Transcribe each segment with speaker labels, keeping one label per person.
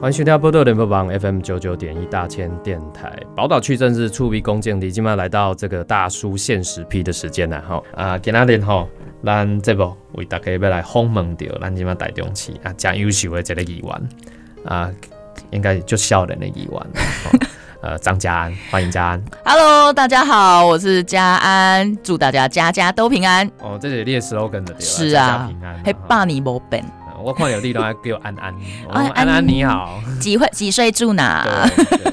Speaker 1: 欢迎收听波多联播网 FM 九九点一大千电台。宝岛区正是触鼻弓箭力，今麦来到这个大叔限时批的时间啦吼啊，今仔日吼，咱这部为大家要来访问到咱今麦台中市啊，真优秀的一个议员啊，应该就少年的议员， 吼呃，张家安，欢迎家安。
Speaker 2: Hello，大家好，我是家安，祝大家家家都平安。
Speaker 1: 哦，这是你的 slogan 的对吧
Speaker 2: 是
Speaker 1: 家家
Speaker 2: 啊
Speaker 1: 平安，
Speaker 2: 嘿，
Speaker 1: 哈
Speaker 2: 爸你无本，
Speaker 1: 啊我看有你都还叫安安，我说
Speaker 2: 安
Speaker 1: 安安你好。
Speaker 2: 几会几岁住哪？
Speaker 1: 对对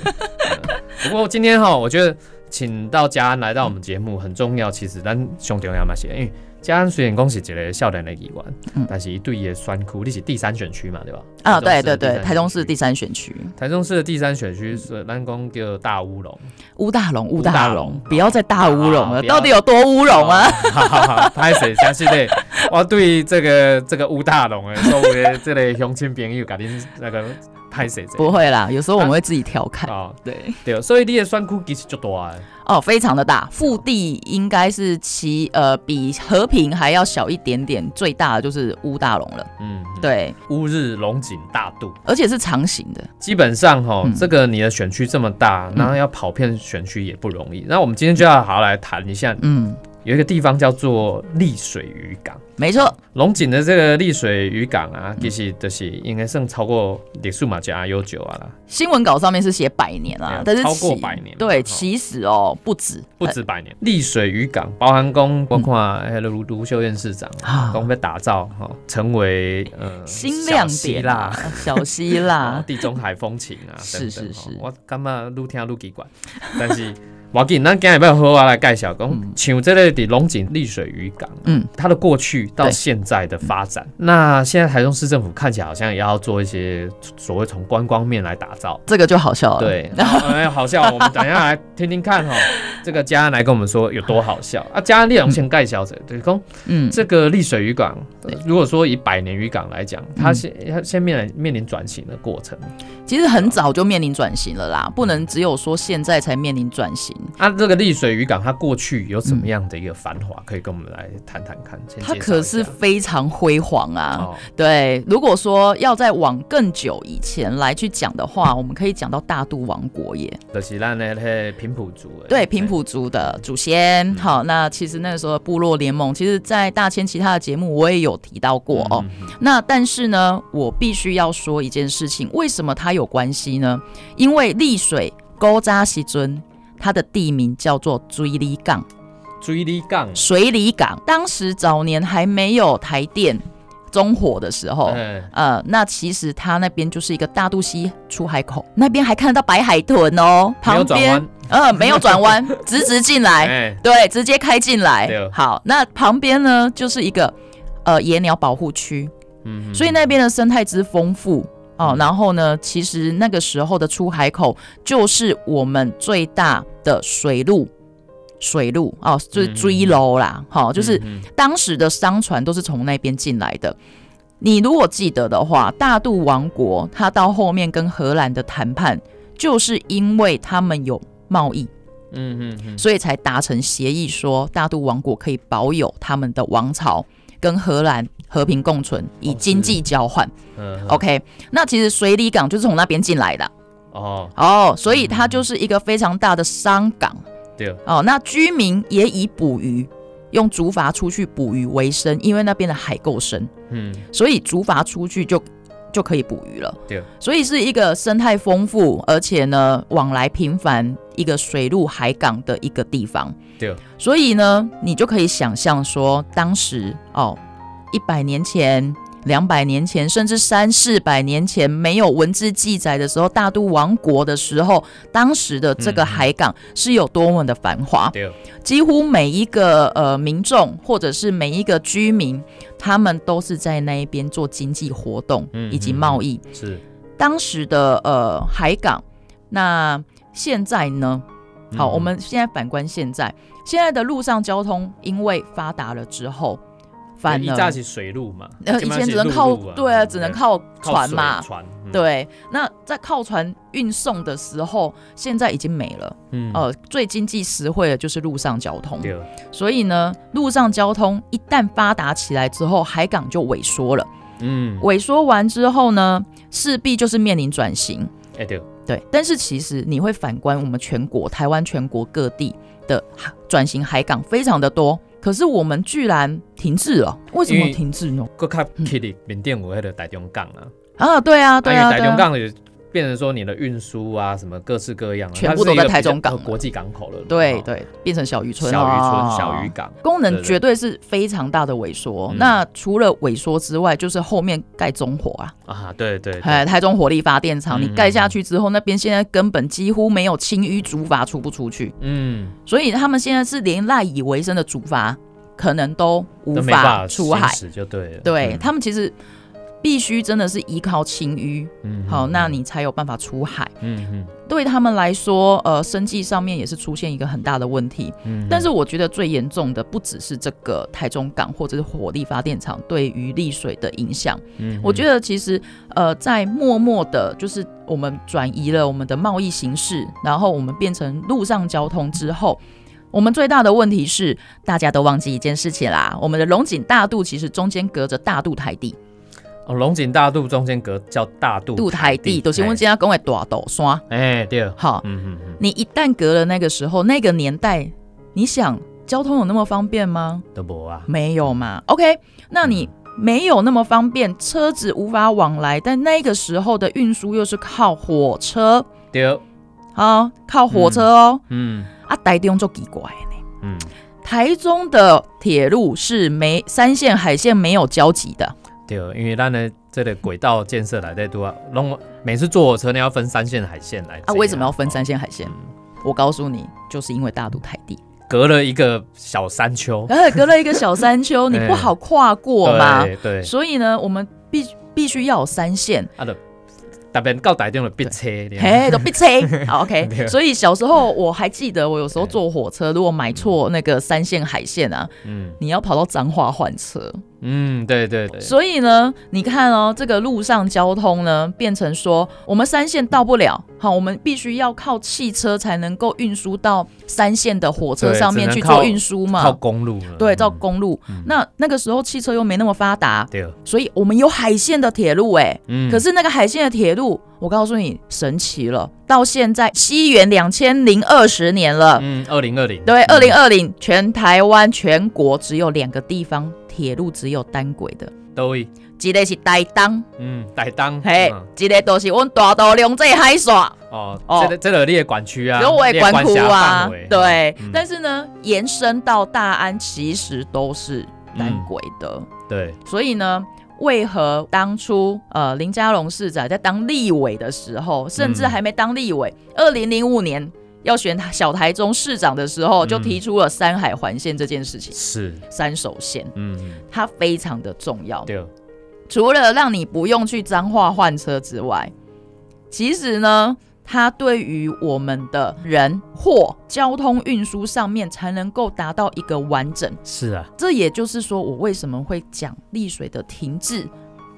Speaker 1: 嗯不过今天哈，我觉得请到嘉安来到我们节目很重要，其实咱上重要嘛是，因为嘉安虽然讲是一个少年的议员，
Speaker 2: 嗯
Speaker 1: 但是伊对伊的选区，你是第三选区嘛，对吧？
Speaker 2: 啊，
Speaker 1: 台中市
Speaker 2: 对
Speaker 1: 的
Speaker 2: 对对，
Speaker 1: 第三选区
Speaker 2: 台中市第三选区，
Speaker 1: 台中市的第三选区是咱讲叫大乌龙，
Speaker 2: 乌大龙，乌
Speaker 1: 大
Speaker 2: 大
Speaker 1: 龙
Speaker 2: 龙，不要再大乌龙
Speaker 1: 啊
Speaker 2: 了，
Speaker 1: 不要
Speaker 2: 到底有多乌龙啊？
Speaker 1: 哦！拍谁相信嘞？我对这个这个乌大龙的所有的这类乡亲朋友，甲恁那个拍谁？
Speaker 2: 不会啦，有时候我们会自己调侃。
Speaker 1: 哦，
Speaker 2: 对，
Speaker 1: 对，所以你的选区其实就大啊的。
Speaker 2: 哦，非常的大，腹地应该是其呃比和平还要小一点点，最大的就是乌大龙了。
Speaker 1: 嗯，嗯，
Speaker 2: 对，
Speaker 1: 乌日龙井大肚。
Speaker 2: 而且是长形的，
Speaker 1: 基本上哈、
Speaker 2: 嗯
Speaker 1: 这个你的选区这么大，然后要跑遍选区也不容易。那我们今天就要好好来谈一下，
Speaker 2: 嗯，
Speaker 1: 有一个地方叫做丽水渔港。
Speaker 2: 没错，
Speaker 1: 龙井的这个丽水渔港
Speaker 2: 嗯
Speaker 1: 啊，其实就是应该算超过历史嘛，加 U 九啊啦，
Speaker 2: 新闻稿上面是写百年
Speaker 1: 对
Speaker 2: 啦
Speaker 1: 啊，
Speaker 2: 但是
Speaker 1: 超过
Speaker 2: 其
Speaker 1: 百年嘛
Speaker 2: 对，
Speaker 1: 哦
Speaker 2: 其实哦不止，
Speaker 1: 不止百年。丽水渔港，包含公，包括哎卢卢秀燕市长，
Speaker 2: 啊
Speaker 1: 公被打造哈、成为呃
Speaker 2: 新亮
Speaker 1: 小希
Speaker 2: 点
Speaker 1: 腊
Speaker 2: 啊，小希
Speaker 1: 哦，
Speaker 2: 腊
Speaker 1: 地中海风情啊，
Speaker 2: 啊
Speaker 1: 等等
Speaker 2: 是是
Speaker 1: 哦
Speaker 2: 是
Speaker 1: 我感觉愈听愈奇怪，但是。我紧，咱今日要好好来介绍，讲像这个的龙井丽水渔港，
Speaker 2: 嗯，
Speaker 1: 它的过去到
Speaker 2: 对
Speaker 1: 现在的发展，那现在台中市政府看起来好像也要做一些所谓从观光面来打造，
Speaker 2: 这个就好笑了。，
Speaker 1: 对，然后哎，好笑，我们等一下来听听看哈，这个家人来跟我们说有多好笑啊！家人列龙先介绍者，对，讲
Speaker 2: 嗯，
Speaker 1: 这个丽水渔港，呃
Speaker 2: 对嗯
Speaker 1: 如果说以百年渔港来讲，它先它先面临面临转型的过程，
Speaker 2: 其实很早就面临转型了啦，不能只有说现在才面临转型。
Speaker 1: 啊，这个丽水渔港它过去有什么样的一个繁华，可以跟我们来谈谈看？先
Speaker 2: 它
Speaker 1: 介绍
Speaker 2: 可
Speaker 1: 一
Speaker 2: 是
Speaker 1: 下
Speaker 2: 非常辉煌啊！
Speaker 1: 哦，
Speaker 2: 对，如果说要再往更久以前来去讲的话，我们可以讲到大肚王国耶。
Speaker 1: 就是咱的那个平埔族的，
Speaker 2: 对平埔族的祖
Speaker 1: 嗯
Speaker 2: 先。好，那其实那个时候部落联盟，其实，在大千其他的节目我也有提到过哦。那但是呢，我必须要说一件事情，为什么它有关系呢？因为丽水沟扎西尊。它的地名叫做追里港、
Speaker 1: 追里港，
Speaker 2: 水里港。当时早年还没有台电中火的时候，
Speaker 1: 嗯，
Speaker 2: 呃，那其实它那边就是一个大肚溪出海口，那边还看得到白海豚哦，
Speaker 1: 没有
Speaker 2: 旁
Speaker 1: 转
Speaker 2: 边
Speaker 1: 弯，
Speaker 2: 呃没有转弯， 直直进来，
Speaker 1: 哎，
Speaker 2: 对，直接开进来
Speaker 1: 对。
Speaker 2: 好，那旁边呢就是一个呃野鸟保护区，
Speaker 1: 嗯嗯
Speaker 2: 所以那边的生态之丰富哦。然后呢，其实那个时候的出海口就是我们最大的水路。水路哦，就是
Speaker 1: 嗯
Speaker 2: 追楼啦，好、就是
Speaker 1: 嗯嗯
Speaker 2: 当时的商船都是从那边进来的。你如果记得的话，大肚王国它到后面跟荷兰的谈判，就是因为他们有贸易，
Speaker 1: 嗯嗯嗯
Speaker 2: 所以才达成协议说，大都王国可以保有他们的王朝跟荷兰和平共存，
Speaker 1: 哦
Speaker 2: 以经济交换。
Speaker 1: 嗯，哦
Speaker 2: OK，那其实水里港就是从那边进来的
Speaker 1: 哦，
Speaker 2: 哦，所以它就是一个非常大的商港
Speaker 1: 对，
Speaker 2: 哦。那居民也以捕鱼。用竹筏出去捕鱼为生，因为那边的海够深，
Speaker 1: 嗯，
Speaker 2: 所以竹筏出去就就可以捕鱼了。
Speaker 1: 对，
Speaker 2: 所以是一个生态丰富，而且呢往来频繁，一个水陆海港的一个地方。
Speaker 1: 对，
Speaker 2: 所以呢，你就可以想象说，当时哦，一百年前。两百年前，甚至三四百年前没有文字记载的时候，大都王国的时候，当时的这
Speaker 1: 嗯嗯
Speaker 2: 个海港是有多么的繁华。
Speaker 1: 对，
Speaker 2: 几乎每一个呃民众或者是每一个居民，他们都是在那一边做经济活动
Speaker 1: 嗯
Speaker 2: 以及贸易。
Speaker 1: 是，
Speaker 2: 当时的呃海港，那现在呢？好，
Speaker 1: 嗯
Speaker 2: 我们现在反观现在，现在的陆上交通因为发达了之后，反
Speaker 1: 一架
Speaker 2: 而
Speaker 1: 是水路嘛，
Speaker 2: 呃以
Speaker 1: 现在
Speaker 2: 前
Speaker 1: 是
Speaker 2: 只能
Speaker 1: 陆
Speaker 2: 靠
Speaker 1: 路啊
Speaker 2: 对啊，只能靠
Speaker 1: 靠
Speaker 2: 船
Speaker 1: 水
Speaker 2: 嘛。
Speaker 1: 船，嗯，
Speaker 2: 对，那在靠船运送的时候，现在已经没了。
Speaker 1: 嗯，
Speaker 2: 呃，最经济实惠的就是陆上交通。
Speaker 1: 对，
Speaker 2: 所以呢，陆上交通一旦发达起来之后，海港就萎缩了。
Speaker 1: 嗯，
Speaker 2: 萎缩完之后呢，势必就是面临转型。
Speaker 1: 哎、对，
Speaker 2: 对，但是其实你会反观我们全国、台湾全国各地的转型海港非常的多，可是我们居然停滞了，为什
Speaker 1: 因
Speaker 2: 么
Speaker 1: 为
Speaker 2: 停滞呢？
Speaker 1: 搁较起哩缅甸有迄个台中港啊，
Speaker 2: 啊，对啊，对啊，
Speaker 1: 因为
Speaker 2: 对
Speaker 1: 台中
Speaker 2: 啊，
Speaker 1: 港也变成说你的运输啊，什么各式各样啊，
Speaker 2: 全部
Speaker 1: 它
Speaker 2: 都
Speaker 1: 是一个
Speaker 2: 在台中港
Speaker 1: 比较国际港口了，
Speaker 2: 对啊
Speaker 1: 哦
Speaker 2: 对，变成小渔哦
Speaker 1: 小
Speaker 2: 村
Speaker 1: 渔
Speaker 2: 了，
Speaker 1: 村、小渔港，
Speaker 2: 功
Speaker 1: 对
Speaker 2: 能
Speaker 1: 对
Speaker 2: 绝对是非常大的萎缩。
Speaker 1: 嗯
Speaker 2: 那除了萎缩之外，就是后面盖中火啊，
Speaker 1: 啊，对对对，
Speaker 2: 哎，台中火力发电厂，你
Speaker 1: 嗯
Speaker 2: 盖下去之后，那边现在根本几乎没有清淤竹筏出不出去，
Speaker 1: 嗯，
Speaker 2: 所以他们现在是连赖以为生的竹筏可能都无
Speaker 1: 都没办
Speaker 2: 法
Speaker 1: 法
Speaker 2: 出海
Speaker 1: 行。驶就对了，
Speaker 2: 对
Speaker 1: 嗯
Speaker 2: 他们其实必须真的是依靠清淤，
Speaker 1: 嗯
Speaker 2: 好，
Speaker 1: 嗯
Speaker 2: 那你才有办法出海。
Speaker 1: 嗯嗯
Speaker 2: 对他们来说，呃，生计上面也是出现一个很大的问题。
Speaker 1: 嗯，
Speaker 2: 但
Speaker 1: 是
Speaker 2: 是我觉得最严重的不只是这个台中港或者是火力发电厂对于利水的影响，
Speaker 1: 嗯
Speaker 2: 我觉得其实呃在默默的，就是我们转移了我们的贸易形式，然后我们变成陆上交通之后。我们最大的问题是，大家都忘记一件事情啦。我们的龙井大渡其实中间隔着大渡台地，
Speaker 1: 哦，龙井大渡中间隔叫大渡
Speaker 2: 渡台地都是我们今天讲的大斗山。
Speaker 1: 哎，哎对，
Speaker 2: 好，
Speaker 1: 嗯嗯嗯，
Speaker 2: 你一旦隔了那个时候，那个年代，你想交通有那么方便吗？
Speaker 1: 都无啊，
Speaker 2: 没有嘛？OK，那你
Speaker 1: 嗯
Speaker 2: 没有那么方便，车子无法往来，但那个时候的运输又是靠火车
Speaker 1: 对，
Speaker 2: 啊，靠火车哦。
Speaker 1: 嗯
Speaker 2: 啊，台中就奇怪呢，
Speaker 1: 嗯，
Speaker 2: 台中的铁路是没三线海线没有交集的，啊
Speaker 1: 对，因为咱的这个轨道建设来在都啊，拢每次坐火车你要分三线海线来
Speaker 2: 啊，
Speaker 1: 这样
Speaker 2: 为什么要分三线海线？
Speaker 1: 嗯
Speaker 2: 我告诉你，就是因为大陆台地，
Speaker 1: 隔了一个小山丘，
Speaker 2: 而且隔了一个小山 丘，你不好跨过嘛，
Speaker 1: 对对，
Speaker 2: 所以呢，我们必必须要有三线，
Speaker 1: 特别到台中的逼车，你知道吗
Speaker 2: 嘿，都被吹。 好
Speaker 1: 对
Speaker 2: ，OK。所以小时候我还记得，我有时候坐火车，如果买错那个三线海线啊，
Speaker 1: 嗯
Speaker 2: 你要跑到彰化换车。
Speaker 1: 嗯，对对对，
Speaker 2: 所以呢，你看哦，这个路上交通呢，变成说我们三线到不了，好，我们必须要靠汽车才能够运输到三线的火车
Speaker 1: 对
Speaker 2: 上面
Speaker 1: 只能
Speaker 2: 去
Speaker 1: 靠
Speaker 2: 做运输
Speaker 1: 靠
Speaker 2: 嘛。
Speaker 1: 公路了，
Speaker 2: 对，
Speaker 1: 嗯
Speaker 2: 到公路。那那个时候汽车又没那么发达，
Speaker 1: 对，
Speaker 2: 所以我们有海线的铁路、哎。
Speaker 1: 嗯，
Speaker 2: 可是那个海线的铁路，我告诉你，神奇了！到现在西元两千零二十年了，
Speaker 1: 嗯，二零二零，
Speaker 2: 对，
Speaker 1: 嗯
Speaker 2: 二零二零全台湾全国只有两个地方铁路只有单轨的，
Speaker 1: 都一，
Speaker 2: 一个是台东，
Speaker 1: 嗯，台东，
Speaker 2: 嘿，
Speaker 1: 嗯
Speaker 2: 一个都是阮大肚量这海线，
Speaker 1: 哦，
Speaker 2: 哦
Speaker 1: 这个这个你的管区啊，
Speaker 2: 有我也
Speaker 1: 你的
Speaker 2: 管
Speaker 1: 管
Speaker 2: 区
Speaker 1: 辖
Speaker 2: 啊
Speaker 1: 范围，
Speaker 2: 对。
Speaker 1: 嗯
Speaker 2: 但是呢，延伸到大安其实都是
Speaker 1: 嗯
Speaker 2: 单轨的，
Speaker 1: 对，
Speaker 2: 所以呢。为何当初呃林佳龙市长在当立委的时候，甚至
Speaker 1: 嗯
Speaker 2: 还没当立委，二零零五年要选小台中市长的时候，就
Speaker 1: 嗯
Speaker 2: 提出了山海环线这件事情，
Speaker 1: 是，
Speaker 2: 三手线
Speaker 1: 嗯，
Speaker 2: 它非常的重要。
Speaker 1: 对，
Speaker 2: 除了让你不用去彰化换车之外，其实呢，它对于我们的人货交通运输上面才能够达到一个完整。
Speaker 1: 是啊，
Speaker 2: 这也就是说，我为什么会讲丽水的停滞，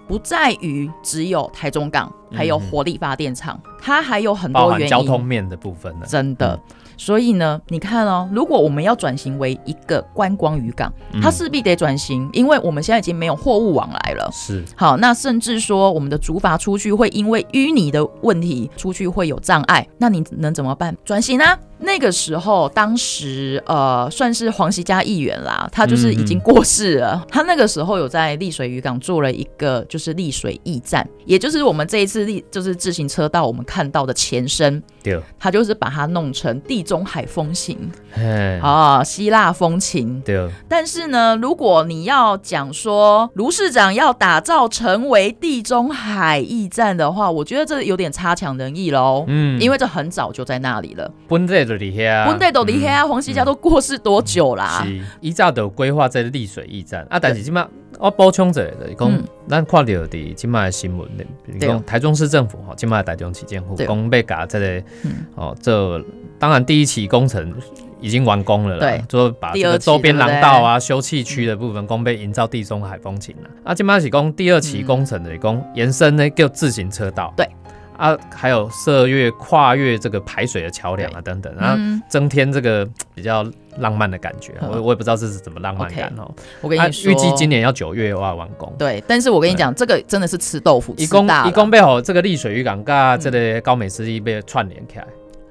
Speaker 2: 不在于只有台中港，还有火力发电厂，它还有很
Speaker 1: 包
Speaker 2: 多
Speaker 1: 含
Speaker 2: 原因。
Speaker 1: 交通嗯面的部分啊呢，
Speaker 2: 真的，所以呢，你看哦，如果我们要转型为一个观光渔港，它
Speaker 1: 嗯
Speaker 2: 势必得转型，因为我们现在已经没有货物往来了。
Speaker 1: 是，
Speaker 2: 好，那甚至说我们的竹筏出去会因为淤泥的问题出去会有障碍，那你能怎么办？转型啊！那个时候，当时呃算是黄西家议员啦，他就是已经过世了。他那个时候有在丽水渔港做了一个就是丽水驿站，也就是我们这一次丽就是自行车道我们看到的前身，
Speaker 1: 对，
Speaker 2: 他就是把它弄成地中海风情
Speaker 1: 嘿，
Speaker 2: 啊、希腊风情。
Speaker 1: 对，
Speaker 2: 但是呢，如果你要讲说卢市长要打造成为地中海驿站的话，我觉得这有点差强人意喽。
Speaker 1: 嗯，
Speaker 2: 因为这很早就在那里了，
Speaker 1: 本地就伫遐，
Speaker 2: 温代都离开
Speaker 1: 嗯
Speaker 2: 啊，黄西家都过世多久啦？
Speaker 1: 是，伊早就规划在丽水驿站啊，但是即马我补充一下，就是讲
Speaker 2: 嗯
Speaker 1: 咱看到伫即马的新闻，就是
Speaker 2: 对哦
Speaker 1: 讲台中市政府吼，即马台中市政府
Speaker 2: 对哦
Speaker 1: 讲要甲这个
Speaker 2: 嗯
Speaker 1: 哦，这当然第一期工程已经完工了啦
Speaker 2: 对，
Speaker 1: 就把这
Speaker 2: 第二
Speaker 1: 个
Speaker 2: 期
Speaker 1: 周边廊道啊、休憩区的部分，讲被营造地
Speaker 2: 嗯
Speaker 1: 中海风情啦。啊，即马是讲第二期工程的，讲延伸呢叫自行车道，
Speaker 2: 对。
Speaker 1: 啊，还有涉越、跨越这个排水的桥梁啊等等，然后
Speaker 2: 嗯，
Speaker 1: 增添这个比较浪漫的感觉。
Speaker 2: 嗯
Speaker 1: 我我也不知道这是怎么浪漫感哦。
Speaker 2: 我跟
Speaker 1: 啊
Speaker 2: 你说，
Speaker 1: 预计今年要九月要完工。
Speaker 2: 对，但是我跟你讲，这个真的是吃豆腐，
Speaker 1: 一
Speaker 2: 吃
Speaker 1: 共
Speaker 2: 大
Speaker 1: 一
Speaker 2: 了。嗯
Speaker 1: 共被吼这个丽水渔港跟这个高美湿地被串联起来。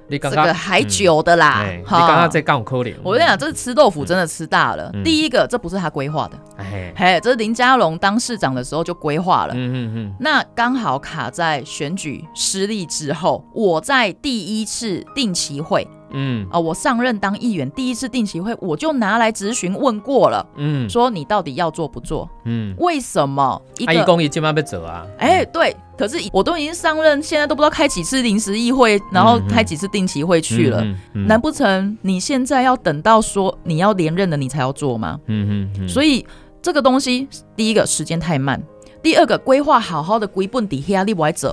Speaker 1: 你
Speaker 2: 这
Speaker 1: 刚刚
Speaker 2: 个还久的啦
Speaker 1: 哎，你
Speaker 2: 哈
Speaker 1: 刚刚在讲可能，
Speaker 2: 我跟你讲，这吃豆腐真的吃大了。
Speaker 1: 嗯
Speaker 2: 第一个，这不是他规划的，
Speaker 1: 哎，
Speaker 2: 嘿，这是林佳龙当市长的时候就规划了。
Speaker 1: 嗯嗯
Speaker 2: 那刚好卡在选举失利之后，我在第一次定期会
Speaker 1: 嗯嗯
Speaker 2: 啊、我上任当议员第一次定期会，我就拿来咨询问过了，
Speaker 1: 嗯
Speaker 2: 说你到底要做不做？
Speaker 1: 嗯，
Speaker 2: 为什么一
Speaker 1: 啊，一
Speaker 2: 个
Speaker 1: 共一今晚要走啊，
Speaker 2: 哎、对，可是我都已经上任，现在都不知道开几次临时议会，然后
Speaker 1: 嗯嗯
Speaker 2: 开几次定期会去了。
Speaker 1: 嗯，嗯
Speaker 2: 难，不成你现在要等到说你要连任了你才要做吗？
Speaker 1: 嗯嗯嗯，
Speaker 2: 所以这个东西，第一个时间太慢，第二个规划好好的规本底下你不爱走，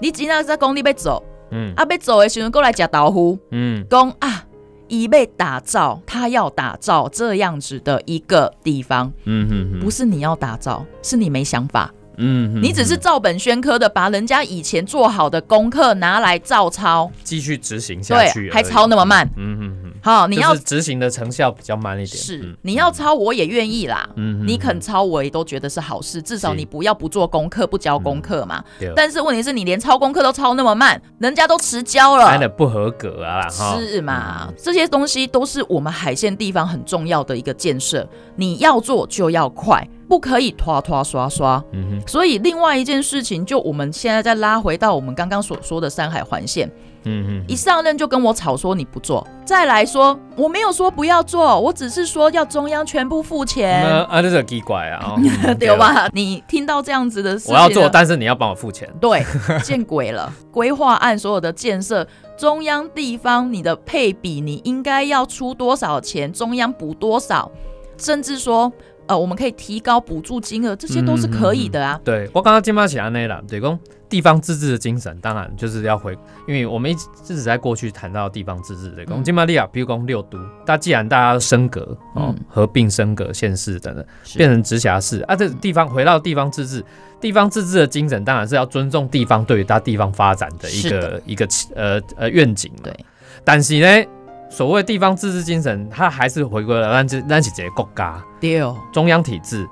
Speaker 2: 你今仔在讲你要走，
Speaker 1: 嗯
Speaker 2: 啊要走的时候过来吃豆腐，
Speaker 1: 嗯
Speaker 2: 讲啊，以被打造，他要打造这样子的一个地方，
Speaker 1: 嗯嗯，
Speaker 2: 不是你要打造，是你没想法。
Speaker 1: 嗯，嗯
Speaker 2: 你只是照本宣科的把人家以前做好的功课拿来照抄，
Speaker 1: 继续执行下去而已，
Speaker 2: 对，还抄那么慢。
Speaker 1: 嗯嗯嗯，
Speaker 2: 好，你要
Speaker 1: 就是执行的成效比较慢一点，
Speaker 2: 是
Speaker 1: 嗯
Speaker 2: 你要抄，我也愿意啦。
Speaker 1: 嗯
Speaker 2: 你肯抄我也都觉得是好事，至少
Speaker 1: 是嗯
Speaker 2: 你不要不做功课、不交功课嘛。
Speaker 1: 对
Speaker 2: 但是问题是你连抄功课都抄那么慢，人家都迟交
Speaker 1: 按的
Speaker 2: 了，
Speaker 1: 不合格啊啦，哈，
Speaker 2: 是嘛？这些东西都是我们海线地方很重要的一个建设，你要做就要快，不可以拖拖刷刷。
Speaker 1: 嗯哼，
Speaker 2: 所以，另外一件事情，就我们现在再拉回到我们刚刚所说的山海环线，
Speaker 1: 嗯
Speaker 2: 一上任就跟我吵说你不做，再来说我没有说不要做，我只是说要中央全部付
Speaker 1: 那
Speaker 2: 钱，
Speaker 1: 啊，这是奇怪 啊，哦
Speaker 2: 对？吧？你听到这样子的事情
Speaker 1: 我
Speaker 2: 了，
Speaker 1: 要做，但是你要帮我付钱。
Speaker 2: 对，见鬼了！ 规划案所有的建设，中央地方你的配比，你应该要出多少钱，中央补多少，甚至说呃，我们可以提高补助金额，这些都是可以的啊。
Speaker 1: 对我刚刚金马起安内啦，对公地方自治的精神，当然就是要回，因为我们一直一直在过去谈到地方自治的公
Speaker 2: 嗯
Speaker 1: 金马利亚，比如讲六都，那既然大家升格哦
Speaker 2: 嗯，
Speaker 1: 合并升格县市等等，嗯
Speaker 2: 是
Speaker 1: 变成直辖市啊，这地方回到地方自治，地方自治的精神当然是要尊重地方对于它地方发展的一
Speaker 2: 是
Speaker 1: 个一个呃呃愿景嘛。
Speaker 2: 对，
Speaker 1: 但是呢，所谓地方自治精神，它还是回归了咱这咱是一个国家。
Speaker 2: 六
Speaker 1: 中央体制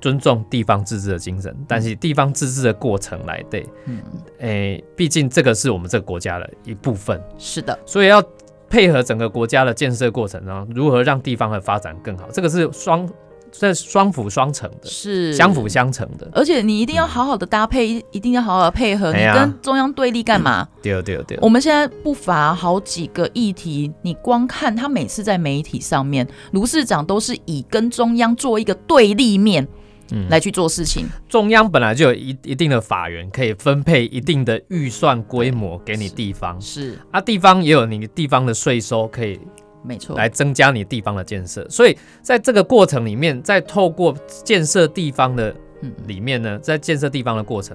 Speaker 1: 尊重地方自治的精神，但是地方自治的过程来对，
Speaker 2: 嗯，
Speaker 1: 诶、毕竟这个是我们这个国家的一部分，
Speaker 2: 是的，
Speaker 1: 所以要配合整个国家的建设过程呢，如何让地方的发展更好，这个是双这是双辅双成的，
Speaker 2: 是
Speaker 1: 相辅。相成的。
Speaker 2: 而且你一定要好好的搭配，一一定要好好的配合。
Speaker 1: 嗯哎
Speaker 2: 你
Speaker 1: 呀嗯
Speaker 2: 跟中央对立干嘛？
Speaker 1: 对哦对对，
Speaker 2: 我们现在不乏好几个议题，你光看他每次在媒体上面，卢市长都是以跟中央做一个对立面
Speaker 1: 嗯
Speaker 2: 来去做事情。
Speaker 1: 中央本来就有一一定的法源，可以分配一定的预算规模给你
Speaker 2: 是
Speaker 1: 地方，
Speaker 2: 是，
Speaker 1: 啊，地方也有你地方的税收可以
Speaker 2: 没错。
Speaker 1: 来增加你地方的建设。所以在这个过程里面，在透过建设地方的
Speaker 2: 嗯
Speaker 1: 里面呢，在建设地方的过程，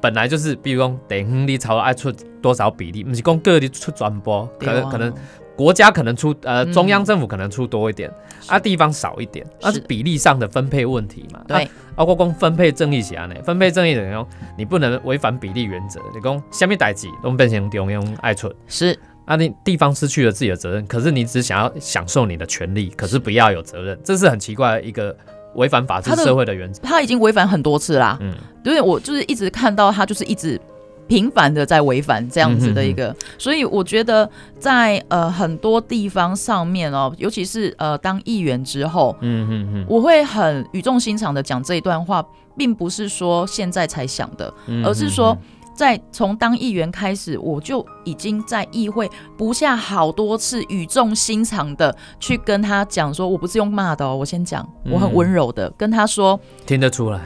Speaker 1: 本来就是比如讲，等于你朝爱出多少比例，不是讲各地出传播，可
Speaker 2: 对
Speaker 1: 能
Speaker 2: 啊
Speaker 1: 可能国家可能出呃
Speaker 2: 嗯
Speaker 1: 中央政府可能出多一点，啊地方少一点，那是
Speaker 2: 是
Speaker 1: 比例上的分配问题嘛。啊
Speaker 2: 对，
Speaker 1: 包括讲分配正义是安尼，分配正义等于讲你不能违反比例原则，你讲下面代志都变成中央爱出。
Speaker 2: 是
Speaker 1: 啊，你地方失去了自己的责任，可是你只想要享受你的权利，可是不要有责任，这是很奇怪的一个违反法治
Speaker 2: 他的
Speaker 1: 社会的原则。
Speaker 2: 他已经违反很多次啦。
Speaker 1: 嗯，
Speaker 2: 对我就是一直看到他就是一直频繁的在违反这样子的一
Speaker 1: 嗯
Speaker 2: 个，所以我觉得在呃很多地方上面哦，尤其是呃当议员之后，
Speaker 1: 嗯嗯
Speaker 2: 我会很语重心长的讲这一段话，并不是说现在才想的，
Speaker 1: 嗯
Speaker 2: 而是说。在从当议员开始，我就已经在议会不下好多次语重心长的去跟他讲说，我不是用骂的哦，我先讲，我很
Speaker 1: 嗯
Speaker 2: 温柔的跟他说，
Speaker 1: 听得出来，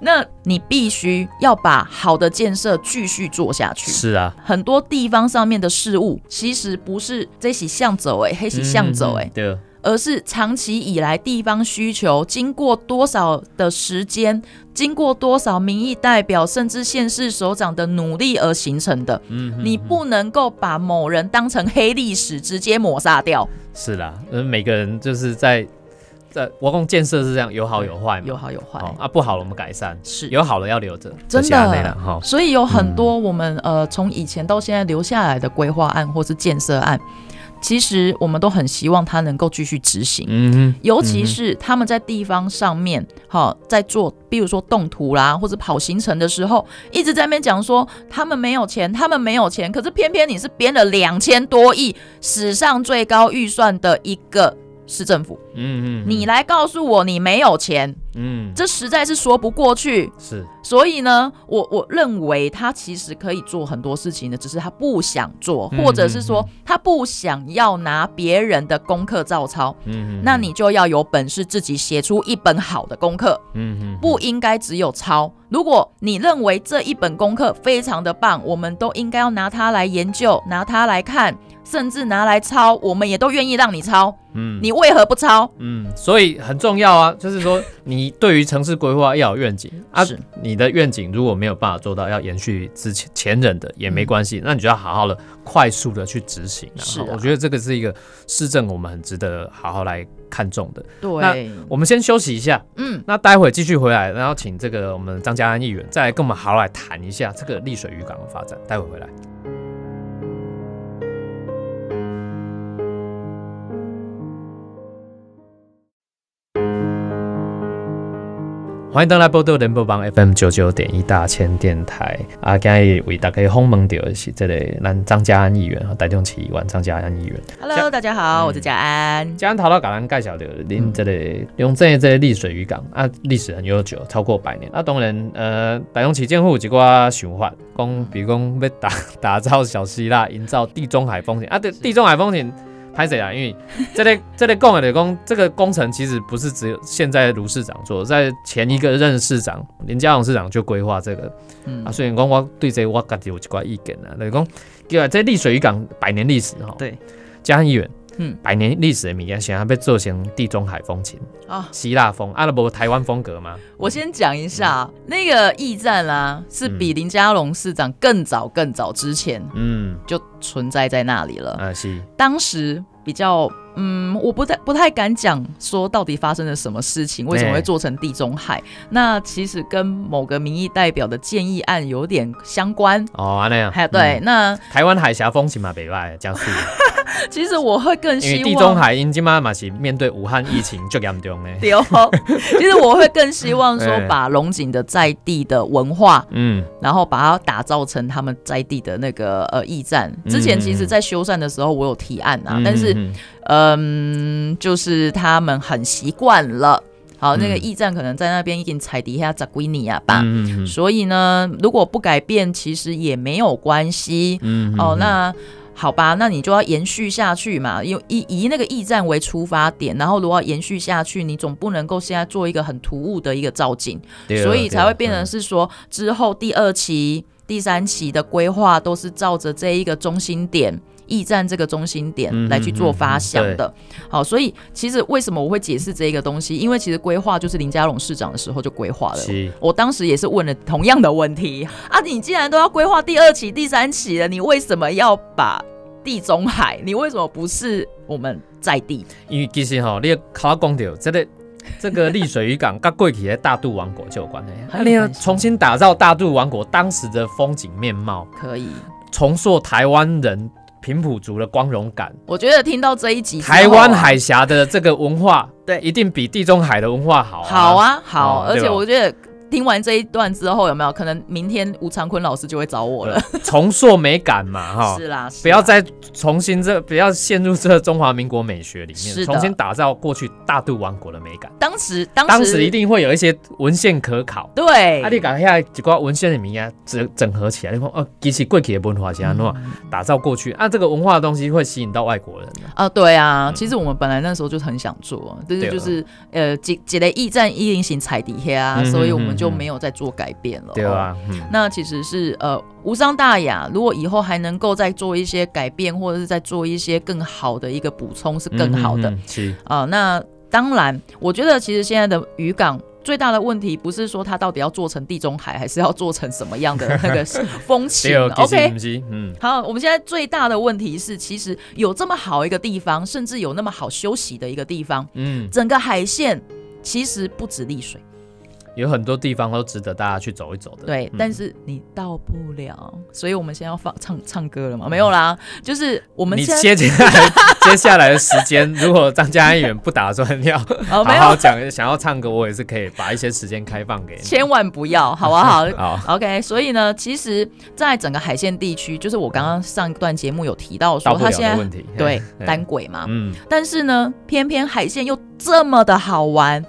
Speaker 2: 那你必须要把好的建设继续做下去。
Speaker 1: 是啊，
Speaker 2: 很多地方上面的事物，其实不是这起向走哎、黑起向走哎、
Speaker 1: 嗯对，
Speaker 2: 而是长期以来地方需求，经过多少的时间，经过多少民意代表甚至县市首长的努力而形成的。
Speaker 1: 嗯
Speaker 2: 你不能够把某人当成黑历史直接抹杀掉。
Speaker 1: 是啦，呃，每个人就是在这我讲建设是这样，有好有坏嘛，
Speaker 2: 有好有坏，
Speaker 1: 好啊，不好了我们改善，
Speaker 2: 是
Speaker 1: 有好了要留着，就
Speaker 2: 真
Speaker 1: 是这样啦哦
Speaker 2: 的
Speaker 1: 哈，
Speaker 2: 所以有很
Speaker 1: 嗯
Speaker 2: 多我们、呃从以前到现在留下来的规划案或是建设案，其实我们都很希望它能够继续执行。
Speaker 1: 嗯哼，
Speaker 2: 尤其是他们在地方上面，好、在做，比如说动图啦，或者跑行程的时候，一直在那边讲说他们没有钱，他们没有钱，可是偏偏你是编了两千多亿，史上最高预算的一个市政府，
Speaker 1: 嗯嗯，
Speaker 2: 你来告诉我你没有钱，
Speaker 1: 嗯
Speaker 2: 这实在是说不过去。
Speaker 1: 是
Speaker 2: 所以呢，我我认为他其实可以做很多事情的，只是他不想做，
Speaker 1: 嗯
Speaker 2: 或者是说他不想要拿别人的功课照抄。
Speaker 1: 嗯嗯，
Speaker 2: 那你就要有本事自己写出一本好的功课，
Speaker 1: 嗯嗯
Speaker 2: 不应该只有抄。如果你认为这一本功课非常的棒，我们都应该要拿它来研究，拿它来看，甚至拿来抄，我们也都愿意让你抄。
Speaker 1: 嗯
Speaker 2: 你为何不抄？
Speaker 1: 嗯，所以很重要啊，就是说 你对于城市规划要有愿景啊
Speaker 2: 是，
Speaker 1: 你的愿景如果没有办法做到，要延续之前前人的也没关系，那你就要好好的快速的去执行、啊。
Speaker 2: 嗯是啊
Speaker 1: 我觉得这个是一个市政我们很值得好好来看重的。
Speaker 2: 对，
Speaker 1: 我们先休息一下，
Speaker 2: 嗯，
Speaker 1: 那待会继续回来，然后请这个我们张家安议员再来跟我们好好来谈一下这个丽水渔港的发展。待会回来。欢迎登来波多联播帮 FM 九九点一大千电台啊！今日为大家访问到的是这类咱张家安议员和台中市议员张家安议员。
Speaker 2: Hello，大家好，
Speaker 1: 嗯
Speaker 2: 我是嘉安。
Speaker 1: 嘉安头到甲咱介绍着恁这个用这个这个丽水渔港啊，历史很悠久，超过百年。啊，当然，呃，台中市政府有一寡想法，讲比如讲要打打造小希腊，营造地中海风情啊，对，地中海风情。拍谁啊？因为这类这类供的工，这个工程其实不是只有现在卢市长做，在前一个任市长林佳龙市长就规划这个
Speaker 2: 嗯
Speaker 1: 啊。，虽然讲我对这个我家己有一寡意见啊，就是讲，对啊，这丽水渔港百年历史哈，
Speaker 2: 对，
Speaker 1: 嘉义远，
Speaker 2: 嗯
Speaker 1: 百年历史的物件，想要被做成地中海风情、
Speaker 2: 啊，
Speaker 1: 希腊风，啊，无台湾风格吗？
Speaker 2: 我先讲一下
Speaker 1: 嗯
Speaker 2: 那个驿站啦、是比林佳龙市长更早更早之前
Speaker 1: 嗯，
Speaker 2: 就存在在那里了。
Speaker 1: 啊是，
Speaker 2: 当时比较，嗯，我不太不太敢讲说到底发生了什么事情，为什么会做成地中海？那其实跟某个民意代表的建议案有点相关。
Speaker 1: 哦，安尼啊，
Speaker 2: 还对，
Speaker 1: 嗯
Speaker 2: 那
Speaker 1: 台湾海峡风情嘛，北外江苏，
Speaker 2: 其实我会更
Speaker 1: 因为
Speaker 2: 希
Speaker 1: 地中
Speaker 2: 望。
Speaker 1: 海因即嘛嘛是面对武汉疫情就严重咧，
Speaker 2: 丢， 其实我会更希 望说
Speaker 1: 哎
Speaker 2: 把龙井的在地的文化，
Speaker 1: 嗯，
Speaker 2: 然后把它打造成他们在地的那个呃驿站。之前其实，在修缮的时候我有提案啊，
Speaker 1: 嗯
Speaker 2: 但是
Speaker 1: 嗯
Speaker 2: 嗯，就是他们很习惯了。好，那个
Speaker 1: 嗯
Speaker 2: 驿站可能在那边已经踩底下扎龟尼亚吧，
Speaker 1: 嗯嗯
Speaker 2: 所以呢，如果不改变，其实也没有关系。
Speaker 1: 嗯嗯
Speaker 2: 哦，那好吧，那你就要延续下去嘛，用以以那个驿站为出发点，然后如果要延续下去，你总不能够现在做一个很突兀的一个造景，
Speaker 1: 对
Speaker 2: 所以才会
Speaker 1: 对
Speaker 2: 变成
Speaker 1: 嗯
Speaker 2: 是说之后第二期、第三期的规划都是照着这一个中心点。驿站这个中心
Speaker 1: 嗯
Speaker 2: 点来去做发想
Speaker 1: 嗯嗯嗯
Speaker 2: 的，好，所以其实为什么我会解释这一个东西？因为其实规划就是林佳龙市长的时候就规划了，
Speaker 1: 是
Speaker 2: 我当时也是问了同样的问题啊，你既然都要规划第二期、第三期了，你为什么要把地中海？你为什么不是我们在地？
Speaker 1: 因为其实吼，你考我讲到这个。这个丽水渔港跟过去的大肚王国就有关系，啊，
Speaker 2: 很
Speaker 1: 你
Speaker 2: 有
Speaker 1: 要
Speaker 2: 关系
Speaker 1: 重新打造大肚王国当时的风景面貌，
Speaker 2: 可以，
Speaker 1: 重塑台湾人平埔族的光荣感，
Speaker 2: 我觉得听到这一集之后啊，
Speaker 1: 台湾海峡的这个文化，
Speaker 2: 对
Speaker 1: 一定比地中海的文化好、啊。
Speaker 2: 好，啊，好，
Speaker 1: 哦
Speaker 2: 而
Speaker 1: 对
Speaker 2: 且
Speaker 1: 吧
Speaker 2: 我觉得。听完这一段之后，有没有可能明天吴长坤老师就会找我了？
Speaker 1: 重塑美感嘛，哈。
Speaker 2: 是啊啦，是啦
Speaker 1: 嗯不要再重新这，不要陷入这中华民国美学里面，
Speaker 2: 是的
Speaker 1: 重新打造过去大肚王国的美感。
Speaker 2: 当时，当时
Speaker 1: 当时一定会有一些文献可考，
Speaker 2: 对，
Speaker 1: 啊，你把遐一挂文献的名啊整整合起来，你看哦，其实过去的文化是安怎
Speaker 2: 嗯
Speaker 1: 样打造过去啊？这个文化的东西会吸引到外国人的。
Speaker 2: 啊，对啊，其实我们本来那时候就很想做，但
Speaker 1: 嗯对
Speaker 2: 是
Speaker 1: 啊
Speaker 2: 就是呃，几几类驿站一零型踩底下啊，
Speaker 1: 嗯
Speaker 2: 所以我们
Speaker 1: 嗯
Speaker 2: 就
Speaker 1: 嗯
Speaker 2: 没有再做改变了。
Speaker 1: 对啊，嗯，
Speaker 2: 那其实是呃无伤大雅，如果以后还能够再做一些改变，或者是再做一些更好的一
Speaker 1: 嗯
Speaker 2: 个补充，是更好的
Speaker 1: 嗯，嗯嗯是
Speaker 2: 啊、那当然，我觉得其实现在的渔港最大的问题不是说它到底要做成地中海，还是要做成什么样 的那个风情啊
Speaker 1: 对，其实
Speaker 2: ？OK，
Speaker 1: 不是，嗯，
Speaker 2: 好，我们现在最大的问题是，其实有这么好一个地方，甚至有那么好休息的一个地方，
Speaker 1: 嗯，
Speaker 2: 整个海线其实不止丽水，
Speaker 1: 有很多地方都值得大家去走一走的。
Speaker 2: 对，
Speaker 1: 嗯
Speaker 2: 但是你到不了，所以我们现在要放唱唱歌了吗？没有啦，就是我们
Speaker 1: 你
Speaker 2: 现在
Speaker 1: 接下来 接下来的时间，如果张家安远不打算 要
Speaker 2: 哦，
Speaker 1: 好
Speaker 2: 没
Speaker 1: 好
Speaker 2: 有，
Speaker 1: 讲，想要唱歌，我也是可以把一些时间开放给你。
Speaker 2: 千万不要，好不好？
Speaker 1: 好，
Speaker 2: OK，所以呢，其实，在整个海线地区，就是我刚刚上一段节目有提到
Speaker 1: 到
Speaker 2: 说，
Speaker 1: 不
Speaker 2: 它
Speaker 1: 了
Speaker 2: 现
Speaker 1: 的
Speaker 2: 在
Speaker 1: 问题。
Speaker 2: 对
Speaker 1: 嗯
Speaker 2: 单轨嘛，
Speaker 1: 嗯，
Speaker 2: 但是呢，偏偏海线又这么的好玩，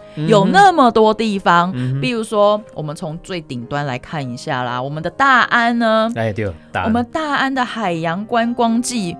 Speaker 1: 嗯
Speaker 2: 有
Speaker 1: 哼
Speaker 2: 那么多地方，
Speaker 1: 嗯哼
Speaker 2: 比如说，我们从最顶端来看一下啦，我们的大安呢，
Speaker 1: 哎对，答
Speaker 2: 我
Speaker 1: 案
Speaker 2: 们大安的海洋观光季，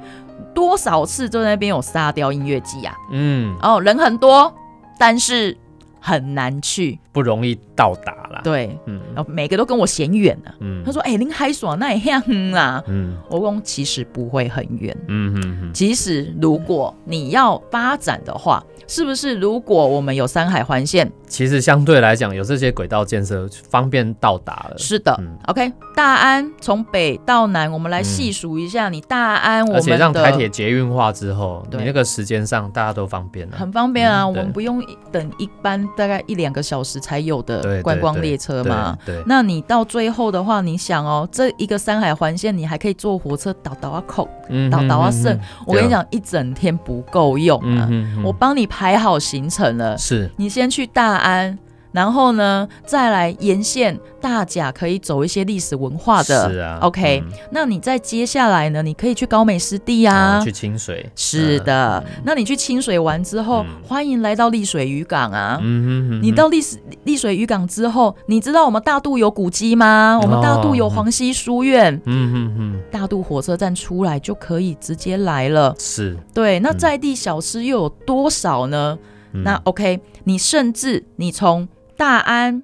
Speaker 2: 多少次都在那边有沙雕音乐季啊，
Speaker 1: 嗯
Speaker 2: 哦，人很多，但是很难去，
Speaker 1: 不容易到达啦。，
Speaker 2: 对，
Speaker 1: 嗯
Speaker 2: 然后每个都跟我嫌远啊。
Speaker 1: 嗯，
Speaker 2: 他说：“哎、林海爽那也样啦。
Speaker 1: 嗯”
Speaker 2: 我讲其实不会很远。
Speaker 1: 嗯嗯嗯
Speaker 2: 其实，如果你要发展的话，是不是如果我们有山海环线，
Speaker 1: 其实相对来讲，有这些轨道建设方便到达了。
Speaker 2: 是的、
Speaker 1: 嗯
Speaker 2: o k 大安从北到南，我们来细数一下，你大安我
Speaker 1: 而
Speaker 2: 们
Speaker 1: 且让
Speaker 2: 的
Speaker 1: 台铁捷运化之后，
Speaker 2: 对
Speaker 1: 你那个时间上大家都方便了。
Speaker 2: 很方便啊，
Speaker 1: 嗯
Speaker 2: 我
Speaker 1: 对
Speaker 2: 们不用一等一班大概一两个小时才有
Speaker 1: 对
Speaker 2: 的
Speaker 1: 对
Speaker 2: 观光
Speaker 1: 对
Speaker 2: 列车
Speaker 1: 对
Speaker 2: 嘛。
Speaker 1: 对，
Speaker 2: 那你到最后的话，你想哦，这一个山海环线，你还可以坐火车倒倒啊口，
Speaker 1: 嗯
Speaker 2: 倒倒啊
Speaker 1: 嗯嗯
Speaker 2: 剩
Speaker 1: 嗯。
Speaker 2: 我跟你讲，一整天不够用
Speaker 1: 嗯
Speaker 2: 啊。
Speaker 1: 嗯嗯
Speaker 2: 我帮你排好行程了，
Speaker 1: 是
Speaker 2: 你先去大安，然后呢，再来沿线大甲可以走一些历史文化的。
Speaker 1: 是啊
Speaker 2: OK，、
Speaker 1: 嗯
Speaker 2: 那你再接下来呢，你可以去高美湿地
Speaker 1: 然
Speaker 2: 啊。
Speaker 1: 后去清水，
Speaker 2: 是的，那你去清水玩之后，
Speaker 1: 嗯
Speaker 2: 欢迎来到丽水渔港啊。
Speaker 1: 嗯，嗯哼
Speaker 2: 你到丽水丽水渔港之后，你知道我们大肚有古迹吗？我们大
Speaker 1: 哦
Speaker 2: 肚有黄溪书院，
Speaker 1: 嗯嗯嗯，
Speaker 2: 大肚火车站出来就可以直接来了。
Speaker 1: 是。
Speaker 2: 对，那
Speaker 1: 嗯
Speaker 2: 在地小吃又有多少呢？
Speaker 1: 嗯
Speaker 2: 那 OK，你甚至你从大安，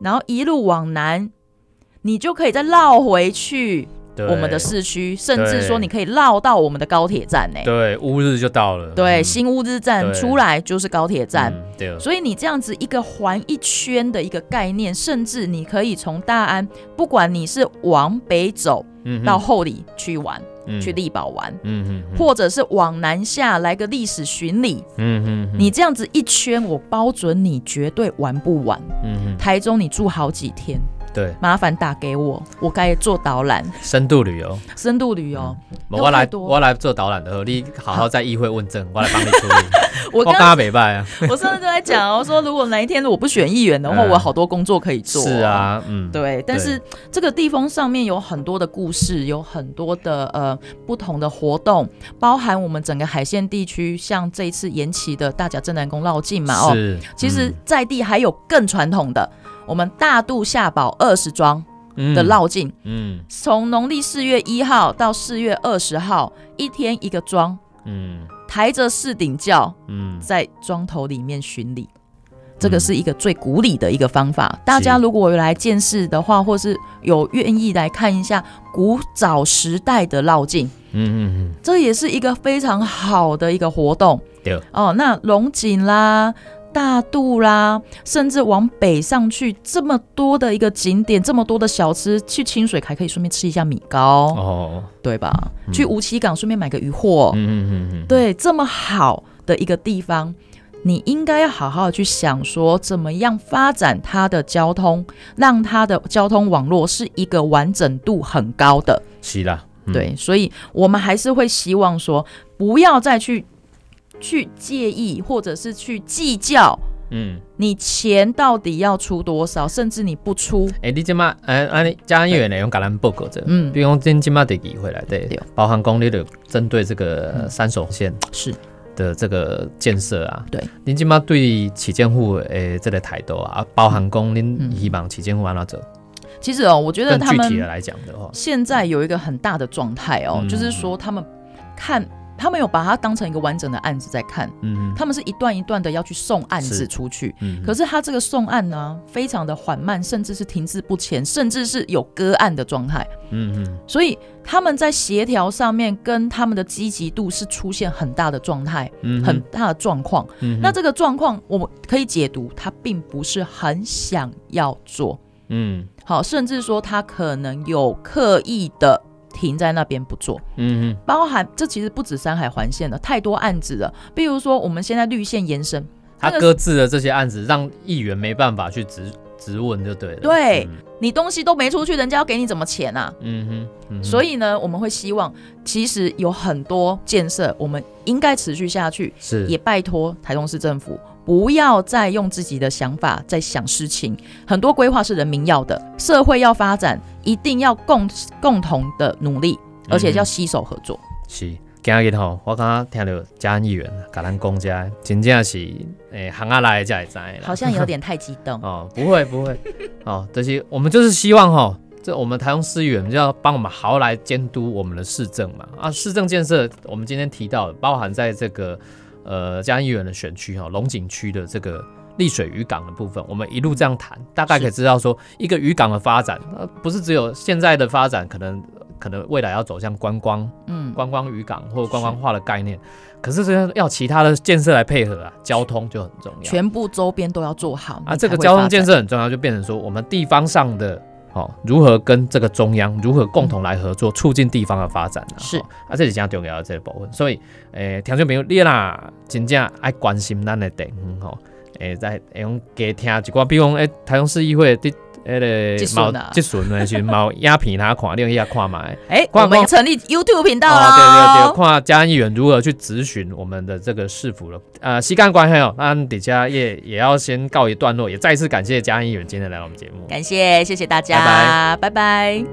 Speaker 2: 然后一路往南，你就可以再绕回去
Speaker 1: 对
Speaker 2: 我们的市区，甚至说
Speaker 1: 对
Speaker 2: 你可以绕到我们的高铁站呢、
Speaker 1: 对乌日就到了，
Speaker 2: 对，
Speaker 1: 嗯
Speaker 2: 新乌日站
Speaker 1: 对
Speaker 2: 出来就是高铁站。
Speaker 1: 嗯对，
Speaker 2: 所以你这样子一个环一圈的一个概念，甚至你可以从大安，不管你是往北走
Speaker 1: 嗯
Speaker 2: 到后里去玩，
Speaker 1: 嗯
Speaker 2: 去力宝玩，
Speaker 1: 嗯嗯，
Speaker 2: 或者是往南下来个历史巡礼，
Speaker 1: 嗯嗯嗯
Speaker 2: 你这样子一圈，我包准你绝对玩不完。
Speaker 1: 嗯嗯
Speaker 2: 台中你住好几天，
Speaker 1: 对
Speaker 2: 麻烦打给我，我该做导览、
Speaker 1: 深度旅游，
Speaker 2: 深度旅游。
Speaker 1: 我来
Speaker 2: 太多
Speaker 1: 我来做导览的，你好好在议会问政，我来帮你处理。
Speaker 2: 我
Speaker 1: 我
Speaker 2: 刚
Speaker 1: 刚刚没拜啊，
Speaker 2: 我上次就在讲哦，我说如果哪一天我不选议员的话，
Speaker 1: 嗯
Speaker 2: 我有好多工作可以做。
Speaker 1: 是，啊，嗯，
Speaker 2: 对。但是这个地方上面有很多的故事，有很多的呃不同的活动，包含我们整个海线地区，像这一次延期的大甲镇南宫绕境嘛，哦，
Speaker 1: 是，嗯
Speaker 2: 其实在地还有更传统的，我们大肚下堡二十庄的
Speaker 1: 的，
Speaker 2: 绕境，
Speaker 1: 嗯
Speaker 2: 从农历四月一号到四月二十号，一天一个庄，
Speaker 1: 嗯
Speaker 2: 抬着四顶轿
Speaker 1: 嗯，
Speaker 2: 在庄头里面巡礼。这个是一个最古礼的一个方法，大家如果有来见识的话，或是有愿意来看一下古早时代的绕境，
Speaker 1: 嗯嗯
Speaker 2: 这也是一个非常好的一个活动。
Speaker 1: 对
Speaker 2: 哦，那龙井啦、大肚啦，甚至往北上去，这么多的一个景点，这么多的小吃，去清水还可以顺便吃一下米糕，
Speaker 1: 嗯，哦，
Speaker 2: 对吧？去无锡港顺便买个鱼货，
Speaker 1: 嗯嗯嗯嗯，
Speaker 2: 对，这么好的一个地方。你应该要好好地去想，说怎么样发展它的交通，让它的交通网络是一个完整度很高的。
Speaker 1: 是啦，嗯，
Speaker 2: 对，所以我们还是会希望说，不要再去去介意，或者是去计较
Speaker 1: 嗯。
Speaker 2: 你钱到底要出多少，甚至你不出，
Speaker 1: 诶、你即马，安安尼嘉义员呢，用甲咱报告者，
Speaker 2: 嗯
Speaker 1: 比如讲今即马第几回来对
Speaker 2: 对，
Speaker 1: 包含讲你的针对这个三手线
Speaker 2: 是
Speaker 1: 的这个建设啊，
Speaker 2: 对，
Speaker 1: 恁即马对起建户诶这个态度啊，包含讲
Speaker 2: 嗯
Speaker 1: 恁希望起建户安怎做，
Speaker 2: 其实哦，我觉得
Speaker 1: 更
Speaker 2: 他
Speaker 1: 具体的
Speaker 2: 们
Speaker 1: 来讲的话，
Speaker 2: 现在有一个很大的状态哦，
Speaker 1: 嗯
Speaker 2: 就是说他们看。他们有把它当成一个完整的案子在看，
Speaker 1: 嗯
Speaker 2: 他们是一段一段的要去送案
Speaker 1: 是
Speaker 2: 子出去。
Speaker 1: 嗯
Speaker 2: 可是他这个送案呢，非常的缓慢，甚至是停滞不前，甚至是有割案的状态。
Speaker 1: 嗯嗯
Speaker 2: 所以他们在协调上面跟他们的积极度是出现很大的状态，
Speaker 1: 嗯
Speaker 2: 很大的状况。
Speaker 1: 嗯
Speaker 2: 那这个状况，我们可以解读，他并不是很想要做
Speaker 1: 嗯
Speaker 2: 好，甚至说他可能有刻意的停在那边不做。
Speaker 1: 嗯
Speaker 2: 包含这其实不止山海环线了，太多案子了。比如说我们现在绿线延伸，
Speaker 1: 他
Speaker 2: 这个
Speaker 1: 搁置了这些案子，让议员没办法去质质问就对了。嗯
Speaker 2: 对你东西都没出去，人家要给你怎么钱啊？
Speaker 1: 嗯，嗯哼，嗯哼
Speaker 2: 所以呢，我们会希望，其实有很多建设，我们应该持续下去，
Speaker 1: 是
Speaker 2: 也拜托台中市政府不要再用自己的想法在想事情。很多规划是人民要的，社会要发展，一定要共共同的努力，
Speaker 1: 嗯
Speaker 2: 而且要携手合作。
Speaker 1: 是。今日吼，我刚刚听到嘉安议员甲咱讲遮，真正是诶行下来才会知道啦。，
Speaker 2: 好像有点太激动
Speaker 1: 哦，不会不会，哦，这些我们就是希望哈，这我们台中市议员就要帮我们好好来监督我们的市政嘛啊，市政建设我们今天提到的，包含在这个呃嘉义议员的选区哈，龙井区的这个。丽水渔港的部分，我们一路这样谈，大概可以知道说，一个渔港的发展，呃，不是只有现在的发展，可能可能未来要走向观光
Speaker 2: 嗯，
Speaker 1: 观光渔港或者观光化的概念，可是这些要其他的建设来配合啊，交通就很重要。
Speaker 2: 全部周边都要做好
Speaker 1: 啊，这个交通建
Speaker 2: 设。
Speaker 1: 设很重要，就变成说我们地方上的哦，如何跟这个中央如何共同来合作，促进地方的发展、啊。
Speaker 2: 是
Speaker 1: 哦啊，这是真重要的这个部分。所以，诶、听众朋友，你啦真正爱关心咱的地方吼，诶、在会用加听一寡，比如讲诶、台中市议会的迄
Speaker 2: 即
Speaker 1: 个
Speaker 2: 阵啊
Speaker 1: 即阵的时阵，嘛有影片他看，你去遐看卖。
Speaker 2: 哎，
Speaker 1: 逛
Speaker 2: 我们
Speaker 1: 逛
Speaker 2: 成立 YouTube 频道
Speaker 1: 哦，对对
Speaker 2: 喽。
Speaker 1: 对，看嘉义议员如何去咨询我们的这个市府了。呃，西干关系哦，那底下也也要先告一段落，也再次感谢嘉义议员今天来到我们节目。
Speaker 2: 感谢，谢谢大家，拜拜